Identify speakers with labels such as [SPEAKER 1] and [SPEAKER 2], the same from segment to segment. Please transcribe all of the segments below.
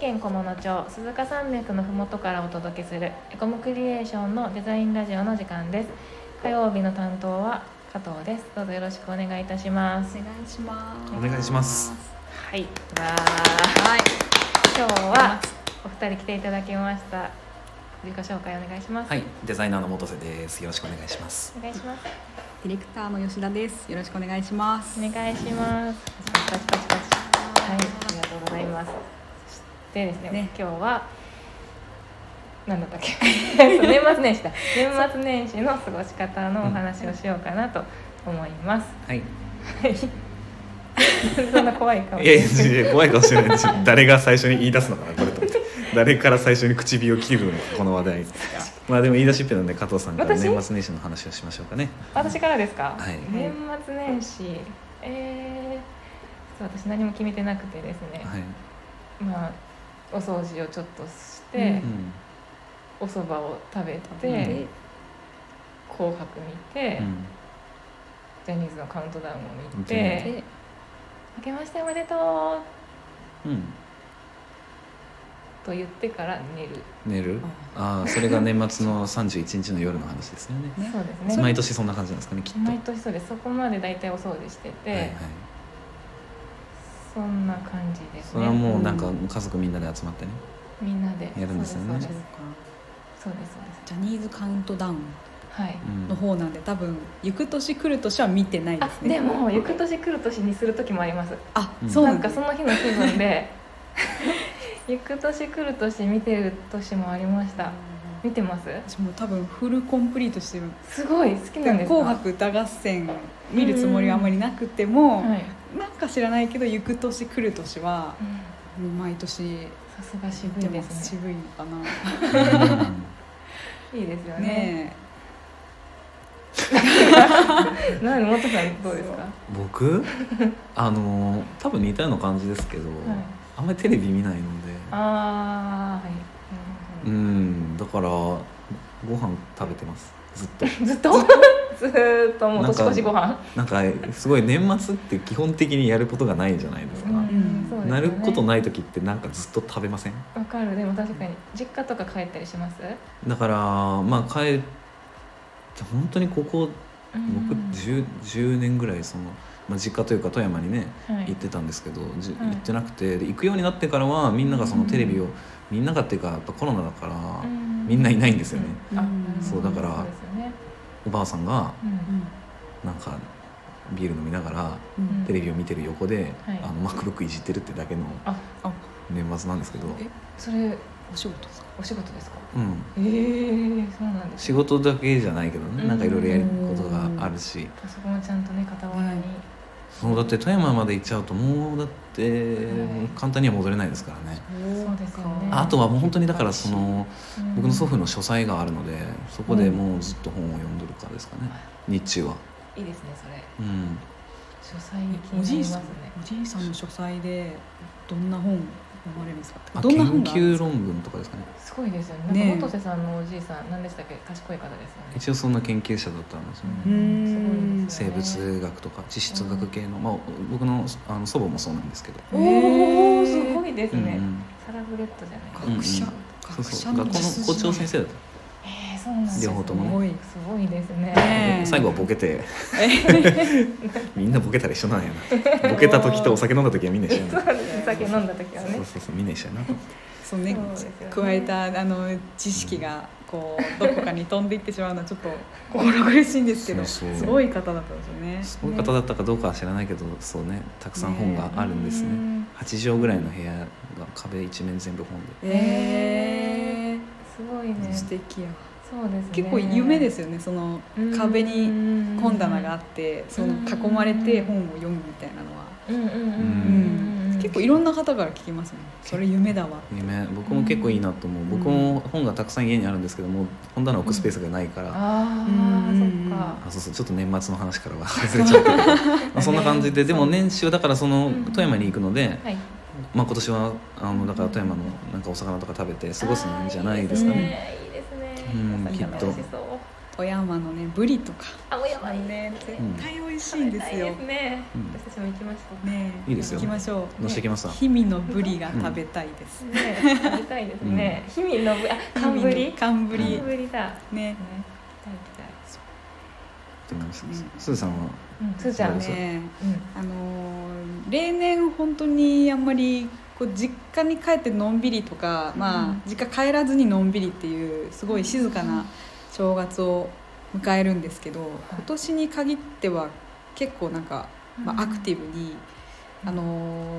[SPEAKER 1] 県菰野町鈴鹿山脈のふもとからお届けするエコムクリエーションのデザインラジオの時間です火曜日の担当は加藤ですどうぞよろしくお願いいたします
[SPEAKER 2] お願いします
[SPEAKER 3] お願いします
[SPEAKER 1] はいわー
[SPEAKER 2] はい
[SPEAKER 1] 今日はお二人来ていただきました自己紹介お願いします、
[SPEAKER 3] はい、デザイナーの元瀬です。よろしくお願いします。
[SPEAKER 1] お願いします
[SPEAKER 2] ディレクターの吉田ですよろしくお願いします
[SPEAKER 1] お願いしますパチパチパチパチはい、ありがとうございます。そしてですね、
[SPEAKER 2] ね
[SPEAKER 1] 今日は。なんだったっけ。そう 年末年始だ。年末年始の過ごし方のお話をしようかなと思います。
[SPEAKER 3] はい。い
[SPEAKER 1] はい。そんな怖い顔。
[SPEAKER 3] やいやいや怖いかもしれないし、誰が最初に言い出すのかなこれと思って。誰から最初に唇を切るのかこの話題。まあでも言い出しっぺなんで加藤さんから
[SPEAKER 1] 私
[SPEAKER 3] 年末年始の話をしましょうかね。
[SPEAKER 1] 私からですか。
[SPEAKER 3] はい
[SPEAKER 1] 年末年始。えーそう私何も決めてなくてですね。
[SPEAKER 3] はい。
[SPEAKER 1] まあ。お掃除をちょっとして、
[SPEAKER 2] うん
[SPEAKER 3] うん。
[SPEAKER 1] お蕎麦を食べて、
[SPEAKER 3] うん
[SPEAKER 1] 紅白見て、
[SPEAKER 3] うん。
[SPEAKER 1] ジャニーズのカウントダウンを見
[SPEAKER 3] 見
[SPEAKER 1] て
[SPEAKER 3] て
[SPEAKER 2] で
[SPEAKER 1] 明けましておめでと
[SPEAKER 3] うん。
[SPEAKER 1] うと言ってから寝る、
[SPEAKER 3] 寝る。ああ、それが年末の三十一日の夜の話ですよね。
[SPEAKER 2] ね
[SPEAKER 1] そうですね
[SPEAKER 3] 毎年そんな感じなんですかね、きっと。
[SPEAKER 1] 毎年そうですそこまで大体お掃除してて、
[SPEAKER 3] はいはい。
[SPEAKER 1] そんな感じです
[SPEAKER 3] それは
[SPEAKER 1] ね
[SPEAKER 3] もうなんか家族みんなで集まってね。
[SPEAKER 1] みんなで
[SPEAKER 3] やるんですよね
[SPEAKER 1] そう
[SPEAKER 2] そ
[SPEAKER 1] で
[SPEAKER 2] う
[SPEAKER 1] す
[SPEAKER 2] か
[SPEAKER 1] そうですそうです
[SPEAKER 2] ジャニーズカウントダウン
[SPEAKER 1] はい、
[SPEAKER 3] うん
[SPEAKER 2] の方なんで多分行く年来る年は見てないで
[SPEAKER 1] あ
[SPEAKER 2] すね
[SPEAKER 1] でも行く年来る年にする時もあります
[SPEAKER 2] あ
[SPEAKER 3] うん
[SPEAKER 2] そう
[SPEAKER 1] な
[SPEAKER 2] なんん
[SPEAKER 1] か
[SPEAKER 2] か
[SPEAKER 1] そ
[SPEAKER 2] そ
[SPEAKER 1] の日の気分 で行く年来る年見てる年もありました見てます
[SPEAKER 2] 私もう多分フルコンプリートしてる
[SPEAKER 1] すごい好きなんですか
[SPEAKER 2] 紅白歌合戦見るつもりはあんまりなくても
[SPEAKER 1] はい、
[SPEAKER 2] なんか知らないけど行く年来る年は
[SPEAKER 1] うん
[SPEAKER 2] 毎年
[SPEAKER 1] さすが渋
[SPEAKER 2] で
[SPEAKER 1] い
[SPEAKER 2] も
[SPEAKER 1] ですね
[SPEAKER 2] 渋いのか
[SPEAKER 1] いいですよ
[SPEAKER 2] な
[SPEAKER 1] ね
[SPEAKER 2] ね
[SPEAKER 1] なんで元さんどうですか
[SPEAKER 3] うん僕。 あのー、多分似たような感じですけど。
[SPEAKER 1] はい
[SPEAKER 3] あんまりテレビ見ないので。
[SPEAKER 1] ああはい、う
[SPEAKER 3] うんんだからご飯食べてますずっと
[SPEAKER 1] ずっとずーっともう
[SPEAKER 3] なん
[SPEAKER 1] 年
[SPEAKER 3] か
[SPEAKER 1] 越しご飯
[SPEAKER 3] なんかすごい年末って基本的にやることがないじゃないですか、
[SPEAKER 2] ん
[SPEAKER 1] そうですよね
[SPEAKER 3] なることない時ってなんかずっと食べません
[SPEAKER 1] わかるでも確かに実家とか帰ったりします
[SPEAKER 3] だからまあ帰って本当にここ僕 10, 10年ぐらいその、まあ、実家というか富山にね
[SPEAKER 1] うんはい
[SPEAKER 3] 行ってたんですけど、じゅ
[SPEAKER 1] はい
[SPEAKER 3] 行ってなくてで行くようになってからはみんながそのテレビを、
[SPEAKER 1] うん
[SPEAKER 3] みんながっていうかやっぱコロナだから、
[SPEAKER 1] うん
[SPEAKER 3] みんないないんですよね、
[SPEAKER 1] うんあなるほど
[SPEAKER 3] そうだから
[SPEAKER 1] そうですよね
[SPEAKER 3] おばあさんが
[SPEAKER 1] うん
[SPEAKER 3] なんかビール飲みながら
[SPEAKER 2] うんうん
[SPEAKER 3] テレビを見てる横で、
[SPEAKER 1] はい
[SPEAKER 3] あの MacBook いじってるってだけの
[SPEAKER 1] あ
[SPEAKER 2] あ
[SPEAKER 3] 年末なんですけど、
[SPEAKER 2] え
[SPEAKER 1] それ
[SPEAKER 2] お仕事ですか
[SPEAKER 1] お仕事ですか
[SPEAKER 3] うん、
[SPEAKER 1] ええー、そうなんです
[SPEAKER 3] 仕事だけじゃないけどねなんかいろいろやることがあるし
[SPEAKER 1] パソコンをちゃんとね傍らに
[SPEAKER 3] そのだって富山まで行っちゃうともうだって
[SPEAKER 1] はい
[SPEAKER 3] 簡単には戻れないですからね
[SPEAKER 1] そうですよね
[SPEAKER 3] あとはもう本当にだからその
[SPEAKER 1] うん
[SPEAKER 3] 僕の祖父の書斎があるのでそこでもうずっと本を読んどるからですかね日中は。
[SPEAKER 1] いいですねそれ
[SPEAKER 3] うん
[SPEAKER 1] 書斎に気
[SPEAKER 2] お
[SPEAKER 1] にな
[SPEAKER 2] じ
[SPEAKER 1] り
[SPEAKER 2] い
[SPEAKER 1] ます
[SPEAKER 2] さ
[SPEAKER 1] ね
[SPEAKER 2] んおじいさんの書斎でどんな本読まれますか
[SPEAKER 3] あ
[SPEAKER 2] どん
[SPEAKER 3] 研
[SPEAKER 2] な本があるんで
[SPEAKER 3] 究
[SPEAKER 2] すか
[SPEAKER 3] 論文とかですかね
[SPEAKER 1] すごいですよね
[SPEAKER 2] ね
[SPEAKER 1] な
[SPEAKER 2] え
[SPEAKER 1] んか元瀬さんのおじいさん何でしたっけ賢い方ですよね
[SPEAKER 3] 一応そんな研究者だったんですよね。
[SPEAKER 2] うーん
[SPEAKER 1] す
[SPEAKER 3] 生
[SPEAKER 1] ごいですよね
[SPEAKER 3] 物学とか地質学系の、まあ、僕のあの祖母もそうなんですけど、
[SPEAKER 1] お
[SPEAKER 2] へ
[SPEAKER 1] お
[SPEAKER 2] ー
[SPEAKER 1] すごいですね、
[SPEAKER 3] うんうん
[SPEAKER 1] サラブレッドじゃない
[SPEAKER 3] うん
[SPEAKER 2] 学者、
[SPEAKER 3] うんそう
[SPEAKER 2] 学
[SPEAKER 3] そ
[SPEAKER 2] 者
[SPEAKER 3] う
[SPEAKER 2] の
[SPEAKER 3] 学校の校長先生だった、
[SPEAKER 1] えー、そうなんですね
[SPEAKER 3] 両方と
[SPEAKER 2] す
[SPEAKER 3] も
[SPEAKER 2] ごい
[SPEAKER 1] すごいですね
[SPEAKER 2] ねえ
[SPEAKER 3] 最後はボ ケてみんなボケたら一緒なんやなボケた時とお酒飲んだ時はみんな一緒や
[SPEAKER 1] そ
[SPEAKER 3] な
[SPEAKER 1] うですね酒飲んだ時はね
[SPEAKER 3] そうそうそうみんな一緒やな
[SPEAKER 2] そうね
[SPEAKER 1] そうですよね
[SPEAKER 2] 加えたあの知識がこうどこかに飛んでいってしまうのはちょっと 心苦しいんですけど
[SPEAKER 3] そうそう
[SPEAKER 2] すごい方だったんですよね。
[SPEAKER 3] すごい方だったかどうかは知らないけどそうねたくさん本があるんですね
[SPEAKER 1] うん
[SPEAKER 3] 8畳ぐらいの部屋が壁一面全部本で
[SPEAKER 2] え
[SPEAKER 1] すごいね
[SPEAKER 2] ー、素敵や。
[SPEAKER 1] そうですね
[SPEAKER 2] 結構夢ですよねその壁に本棚があってその囲まれて本を読むみたいなのは、
[SPEAKER 1] うんうんうんうん
[SPEAKER 2] うん
[SPEAKER 1] うん
[SPEAKER 2] 結構いろんな方から聞きますねそれ夢だわ
[SPEAKER 3] 夢僕も結構いいなと思う、
[SPEAKER 2] ん
[SPEAKER 3] 僕も本がたくさん家にあるんですけどもう本棚置くスペースがないから、
[SPEAKER 1] あ
[SPEAKER 2] うんうん
[SPEAKER 1] ー
[SPEAKER 2] う
[SPEAKER 1] そ
[SPEAKER 2] ん
[SPEAKER 1] っか
[SPEAKER 3] あそうそうちょっと年末の話からは 外れちゃったけどまあそんな感じででも年始はだからその
[SPEAKER 1] うん
[SPEAKER 3] 富山に行くので、
[SPEAKER 1] はい
[SPEAKER 3] まあ、今年はあのだから富山のなんかお魚とか食べて過ごすんじゃないですかね
[SPEAKER 1] あーいいですねいいですね
[SPEAKER 3] う
[SPEAKER 1] お
[SPEAKER 3] ん
[SPEAKER 1] 酒
[SPEAKER 3] きっと
[SPEAKER 1] 美味しそう
[SPEAKER 2] 富山のねブリとか
[SPEAKER 1] あお山に
[SPEAKER 2] ね絶対美味しいんですよ、
[SPEAKER 1] ですね、
[SPEAKER 3] うん
[SPEAKER 1] 私たちも行きました
[SPEAKER 2] ねえ
[SPEAKER 3] いいですよ
[SPEAKER 2] 行きましょう
[SPEAKER 3] 乗せてきますわ
[SPEAKER 2] 氷見のブリが食べたいです、
[SPEAKER 1] ね、食べたいですね。氷見のぶ、あ、
[SPEAKER 2] 氷
[SPEAKER 1] 寒
[SPEAKER 2] 見
[SPEAKER 1] ぶ
[SPEAKER 2] の
[SPEAKER 1] り。
[SPEAKER 2] 寒ぶ
[SPEAKER 1] 寒
[SPEAKER 2] り
[SPEAKER 1] ぶりだ。ね、
[SPEAKER 2] ね
[SPEAKER 3] すずさんは
[SPEAKER 1] うん、すーちゃんね。
[SPEAKER 2] ね
[SPEAKER 1] うん、
[SPEAKER 2] あのー例年本当にあんまりこう実家に帰ってのんびりとか、
[SPEAKER 1] う
[SPEAKER 2] ま
[SPEAKER 1] ん
[SPEAKER 2] あ、実家帰らずにのんびりっていうすごい静かな正月を迎えるんですけど今年に限っては結構なんか、まあ、アクティブに、
[SPEAKER 1] うん
[SPEAKER 2] あの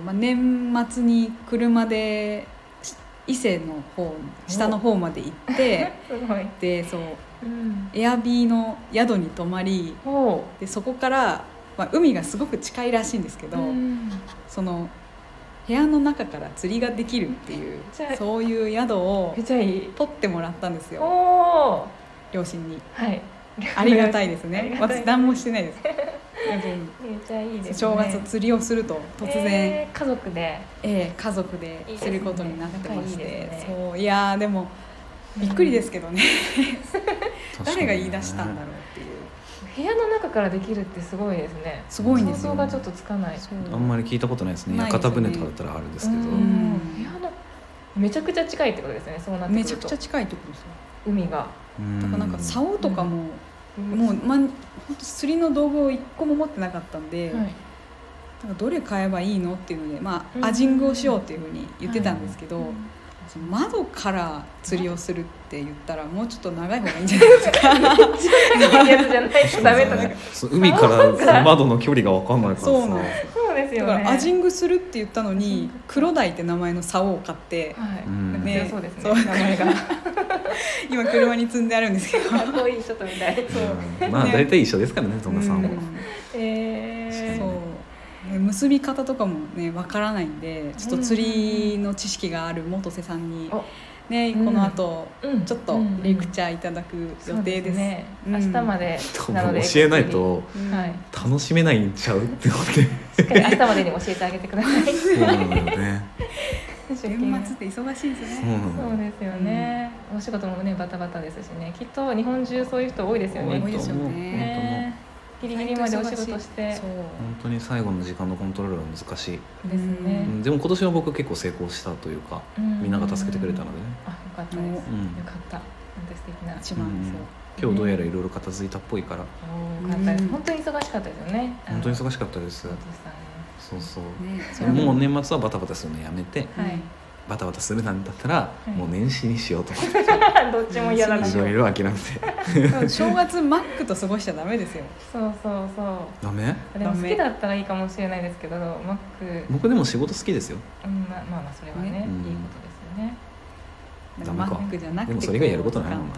[SPEAKER 2] ーまあ、年末に車でし伊勢の方下の方まで行 って
[SPEAKER 1] ブ。すごい。
[SPEAKER 2] でそう
[SPEAKER 1] うん。
[SPEAKER 2] エアビーの宿に泊まり
[SPEAKER 1] ほ
[SPEAKER 2] でそこから、まあ、海がすごく近いらしいんですけ
[SPEAKER 1] う。
[SPEAKER 2] ど。
[SPEAKER 1] うん。
[SPEAKER 2] その部屋の中から釣りができるっていう
[SPEAKER 1] じゃあ
[SPEAKER 2] そういう宿を
[SPEAKER 1] めちゃいい。
[SPEAKER 2] 取ってもらったんです
[SPEAKER 1] お
[SPEAKER 2] よ
[SPEAKER 1] お。
[SPEAKER 2] 両親に
[SPEAKER 1] はい。
[SPEAKER 2] ありがたいです
[SPEAKER 1] あり
[SPEAKER 2] ね
[SPEAKER 1] がたい
[SPEAKER 2] 私何もしてない です
[SPEAKER 1] めちゃいいです、ね。
[SPEAKER 2] 正月釣りをすると突然、え
[SPEAKER 1] えー家族で。
[SPEAKER 2] え家族で釣ることになってまして
[SPEAKER 1] いいですね仲いいですね
[SPEAKER 2] そういやーでもびっくりですけどね、
[SPEAKER 3] 確かに
[SPEAKER 2] 誰が言い出したんだろうっていう
[SPEAKER 1] 部屋の中からできるってすごいですね。
[SPEAKER 2] すごいんで
[SPEAKER 1] 想
[SPEAKER 2] す
[SPEAKER 1] 像
[SPEAKER 2] よ
[SPEAKER 1] がちょっとつかない。
[SPEAKER 2] そう
[SPEAKER 3] あんまり聞いたことないですね
[SPEAKER 2] ないですね
[SPEAKER 3] 屋形船とかだったらあれですけど、
[SPEAKER 1] うん部屋の。めちゃくちゃ近いってことですね。そうなってく
[SPEAKER 2] め
[SPEAKER 1] る
[SPEAKER 2] ち
[SPEAKER 1] と。
[SPEAKER 2] ゃくちゃ近いってことですよ
[SPEAKER 1] 海が。
[SPEAKER 2] だからなんか
[SPEAKER 3] う
[SPEAKER 2] 竿とかも、も
[SPEAKER 1] も
[SPEAKER 2] う、ま、ほんと釣りの道具を一個も持ってなかったんで、
[SPEAKER 1] はい。
[SPEAKER 2] なんかどれ買えばいいのっていうので、ま
[SPEAKER 1] うん
[SPEAKER 2] あ、アジングをしようっていうふうに言ってたんですけど、
[SPEAKER 1] うん
[SPEAKER 2] その窓から釣りをするって言ったらもうちょっと長い方がいいんじゃないですか
[SPEAKER 1] やつじゃないとダメだね。
[SPEAKER 3] そう海からその窓の距離が分かんないからさ
[SPEAKER 2] そうなんで
[SPEAKER 1] そうです
[SPEAKER 2] だ
[SPEAKER 1] よ
[SPEAKER 2] か
[SPEAKER 1] ね。
[SPEAKER 2] らアジングするって言ったの
[SPEAKER 1] アジン
[SPEAKER 2] に
[SPEAKER 1] グ
[SPEAKER 2] 黒鯛って名前の竿を買って、
[SPEAKER 1] はい。
[SPEAKER 3] うん
[SPEAKER 1] ねそうですね
[SPEAKER 2] 名前が 今車に積んであるんですけど
[SPEAKER 1] かっこいいちょっとみたい。そう。
[SPEAKER 3] うんまあ大体一緒ですからねそんなさんも、
[SPEAKER 2] うん
[SPEAKER 1] ええ。
[SPEAKER 2] そうね結び方とかもねわからないんでちょっと釣りの知識がある元瀬さんに
[SPEAKER 1] お、
[SPEAKER 2] ね、
[SPEAKER 1] うん
[SPEAKER 2] この後、
[SPEAKER 1] うん
[SPEAKER 2] ちょっとレクチャーいただく予定です。
[SPEAKER 1] ね。
[SPEAKER 2] うん
[SPEAKER 1] 明日まで
[SPEAKER 3] 多
[SPEAKER 1] なの
[SPEAKER 3] 分
[SPEAKER 1] で
[SPEAKER 3] 教えない。と
[SPEAKER 2] うん
[SPEAKER 1] はい。
[SPEAKER 3] 楽しめないんちゃうって思って
[SPEAKER 1] しっかり明日までに教えてあげてくだ さい。
[SPEAKER 3] そうなんだよね
[SPEAKER 1] 出勤
[SPEAKER 2] 年末って忙しいです
[SPEAKER 3] そう
[SPEAKER 2] ね。
[SPEAKER 3] なん
[SPEAKER 1] そ
[SPEAKER 3] だよ
[SPEAKER 1] うですよね。お仕事もねバタバタですしね。きっと日本中そういう人多いですよ
[SPEAKER 2] 多
[SPEAKER 1] ね。
[SPEAKER 2] いですよね
[SPEAKER 1] ね。ギリギリまでお仕事して
[SPEAKER 2] そう。
[SPEAKER 3] 本当に最後の時間のコントロールは難しい、
[SPEAKER 1] です
[SPEAKER 3] う
[SPEAKER 1] ね
[SPEAKER 3] ん。でも今年は僕結構成功したというかみんなが助けてくれたのでね、
[SPEAKER 1] あよかったです。よ
[SPEAKER 3] うん
[SPEAKER 1] かった。本当素敵な。
[SPEAKER 2] 一番ですよ。
[SPEAKER 3] 今日どうやらいろいろ片付いたっぽいから
[SPEAKER 1] おーよかったです。本当に忙しかったですよね。
[SPEAKER 3] 本当に
[SPEAKER 1] かっ
[SPEAKER 3] 忙しかったです
[SPEAKER 1] たですね。
[SPEAKER 3] そうそう
[SPEAKER 2] ね、
[SPEAKER 1] それ
[SPEAKER 3] もう年末はバタバタするのやめて
[SPEAKER 2] うん
[SPEAKER 1] はい。
[SPEAKER 3] バタバタするなんだったら
[SPEAKER 1] い
[SPEAKER 3] もう年始にしようと思って
[SPEAKER 1] どっちも嫌だな。
[SPEAKER 3] い
[SPEAKER 1] そう
[SPEAKER 3] ろいろ諦めて
[SPEAKER 2] 正月マックと過ごしちゃダメですよ。
[SPEAKER 1] そうそう。
[SPEAKER 3] ダメ
[SPEAKER 1] でも
[SPEAKER 2] ダ
[SPEAKER 1] 好
[SPEAKER 2] メ
[SPEAKER 1] きだったらいいかもしれないですけど、マック、う
[SPEAKER 3] 僕でも仕事好きですよ
[SPEAKER 1] ん、まあまあまあそれはね
[SPEAKER 2] ね
[SPEAKER 1] いいこ
[SPEAKER 3] うん
[SPEAKER 1] とですよね。
[SPEAKER 3] ダメ
[SPEAKER 2] マ
[SPEAKER 3] か
[SPEAKER 2] ックじゃなくて。
[SPEAKER 3] でもそれ以外やることないもんな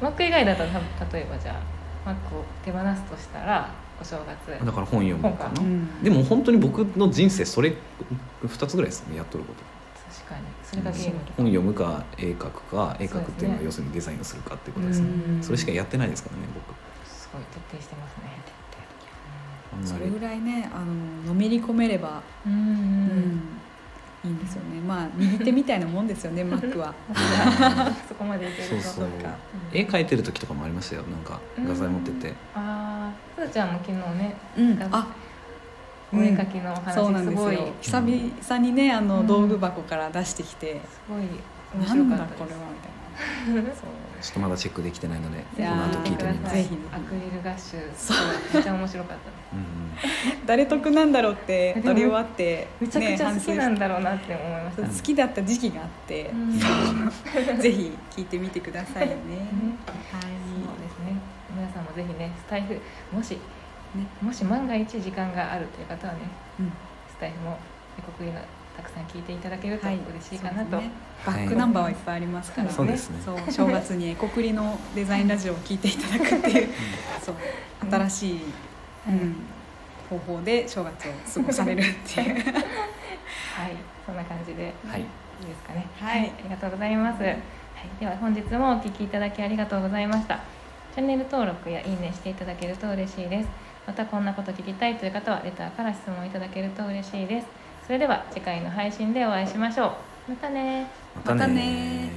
[SPEAKER 1] マック以外だとた例えばじゃあマックを手放すとしたらお正月。
[SPEAKER 3] だから本読むのかな
[SPEAKER 1] 本か
[SPEAKER 2] うん
[SPEAKER 3] でも本当に僕の人生それ2つぐらいですねやっとること
[SPEAKER 1] 確かにそれがゲームとか。
[SPEAKER 3] 本読むか絵描くか絵描くって
[SPEAKER 1] そうです
[SPEAKER 3] いうのは
[SPEAKER 1] ね
[SPEAKER 3] 要するにデザインをするかっていうことですね
[SPEAKER 2] うん
[SPEAKER 3] それしかやってないですからね僕
[SPEAKER 1] すごい徹底してますね。
[SPEAKER 3] あんま
[SPEAKER 2] そ
[SPEAKER 3] り
[SPEAKER 2] れぐらいね、あののめり込めれば、
[SPEAKER 1] うん
[SPEAKER 2] う
[SPEAKER 1] うんうん。
[SPEAKER 2] ん、いいんですよね。まあ握ってみたいなもんですよ ね、マックは。
[SPEAKER 3] うん
[SPEAKER 1] そこまでいけると。
[SPEAKER 3] そうそう
[SPEAKER 1] か
[SPEAKER 3] 絵描いてる時とかもありましたよなんか画材持ってて
[SPEAKER 1] ああ、すずちゃんも昨日ね、
[SPEAKER 2] うん、あ、
[SPEAKER 1] お絵描きのお話
[SPEAKER 2] そうなん
[SPEAKER 1] す
[SPEAKER 2] です
[SPEAKER 1] ごい
[SPEAKER 2] よ。久々にね、あ
[SPEAKER 1] う
[SPEAKER 2] の
[SPEAKER 1] ん
[SPEAKER 2] 道具箱から出してきて、
[SPEAKER 1] すごい面
[SPEAKER 2] な
[SPEAKER 1] 白
[SPEAKER 2] ん
[SPEAKER 1] か
[SPEAKER 2] だ
[SPEAKER 1] った
[SPEAKER 2] こ
[SPEAKER 1] で
[SPEAKER 2] れ
[SPEAKER 1] す
[SPEAKER 2] は。みたいな。
[SPEAKER 3] ちょっとまだチェックできてないのでこ
[SPEAKER 2] いや
[SPEAKER 3] の
[SPEAKER 2] ー
[SPEAKER 3] 後聞いてみます
[SPEAKER 2] ぜ
[SPEAKER 1] ぜ
[SPEAKER 2] ひ
[SPEAKER 1] ひアクリルガッシュすごいめっちゃ面白か ったです
[SPEAKER 3] うんうん
[SPEAKER 2] 誰得なんだろうって
[SPEAKER 1] でも
[SPEAKER 2] 撮り終わって、
[SPEAKER 1] めちゃくちゃ好き
[SPEAKER 2] ね
[SPEAKER 1] な
[SPEAKER 2] 反
[SPEAKER 1] んだろうなって思いまし
[SPEAKER 2] 省
[SPEAKER 1] た、
[SPEAKER 2] して好きだった時期があって
[SPEAKER 1] う、んそう
[SPEAKER 2] ぜひ聞いてみてください ね。は
[SPEAKER 1] ですね皆さんもぜひねスタイフもし、ね、もし万が一時間があるという方はね
[SPEAKER 2] い、うん
[SPEAKER 1] スタイフも国語のたくさん聞いていただけると
[SPEAKER 2] は
[SPEAKER 1] 嬉しいかなと、
[SPEAKER 2] そうですねバックナンバーはいっぱいありますから、
[SPEAKER 3] そうですね
[SPEAKER 2] そう正月にエコクリのデザインラジオを聞いていただくっていう、そう新しい、う
[SPEAKER 1] はい
[SPEAKER 2] ん、方法で正月を過ごされるっていう。
[SPEAKER 1] はいそんな感じで
[SPEAKER 3] はい
[SPEAKER 1] いいですかね
[SPEAKER 2] はい
[SPEAKER 1] ありがとうございます、はい、では本日もお聞きいただきありがとうございましたチャンネル登録やいいねしていただけると嬉しいですまたこんなこと聞きたいという方はレターから質問いただけると嬉しいですそれでは次回の配信でお会いしましょうまたね
[SPEAKER 3] また
[SPEAKER 2] また
[SPEAKER 3] ね
[SPEAKER 2] ね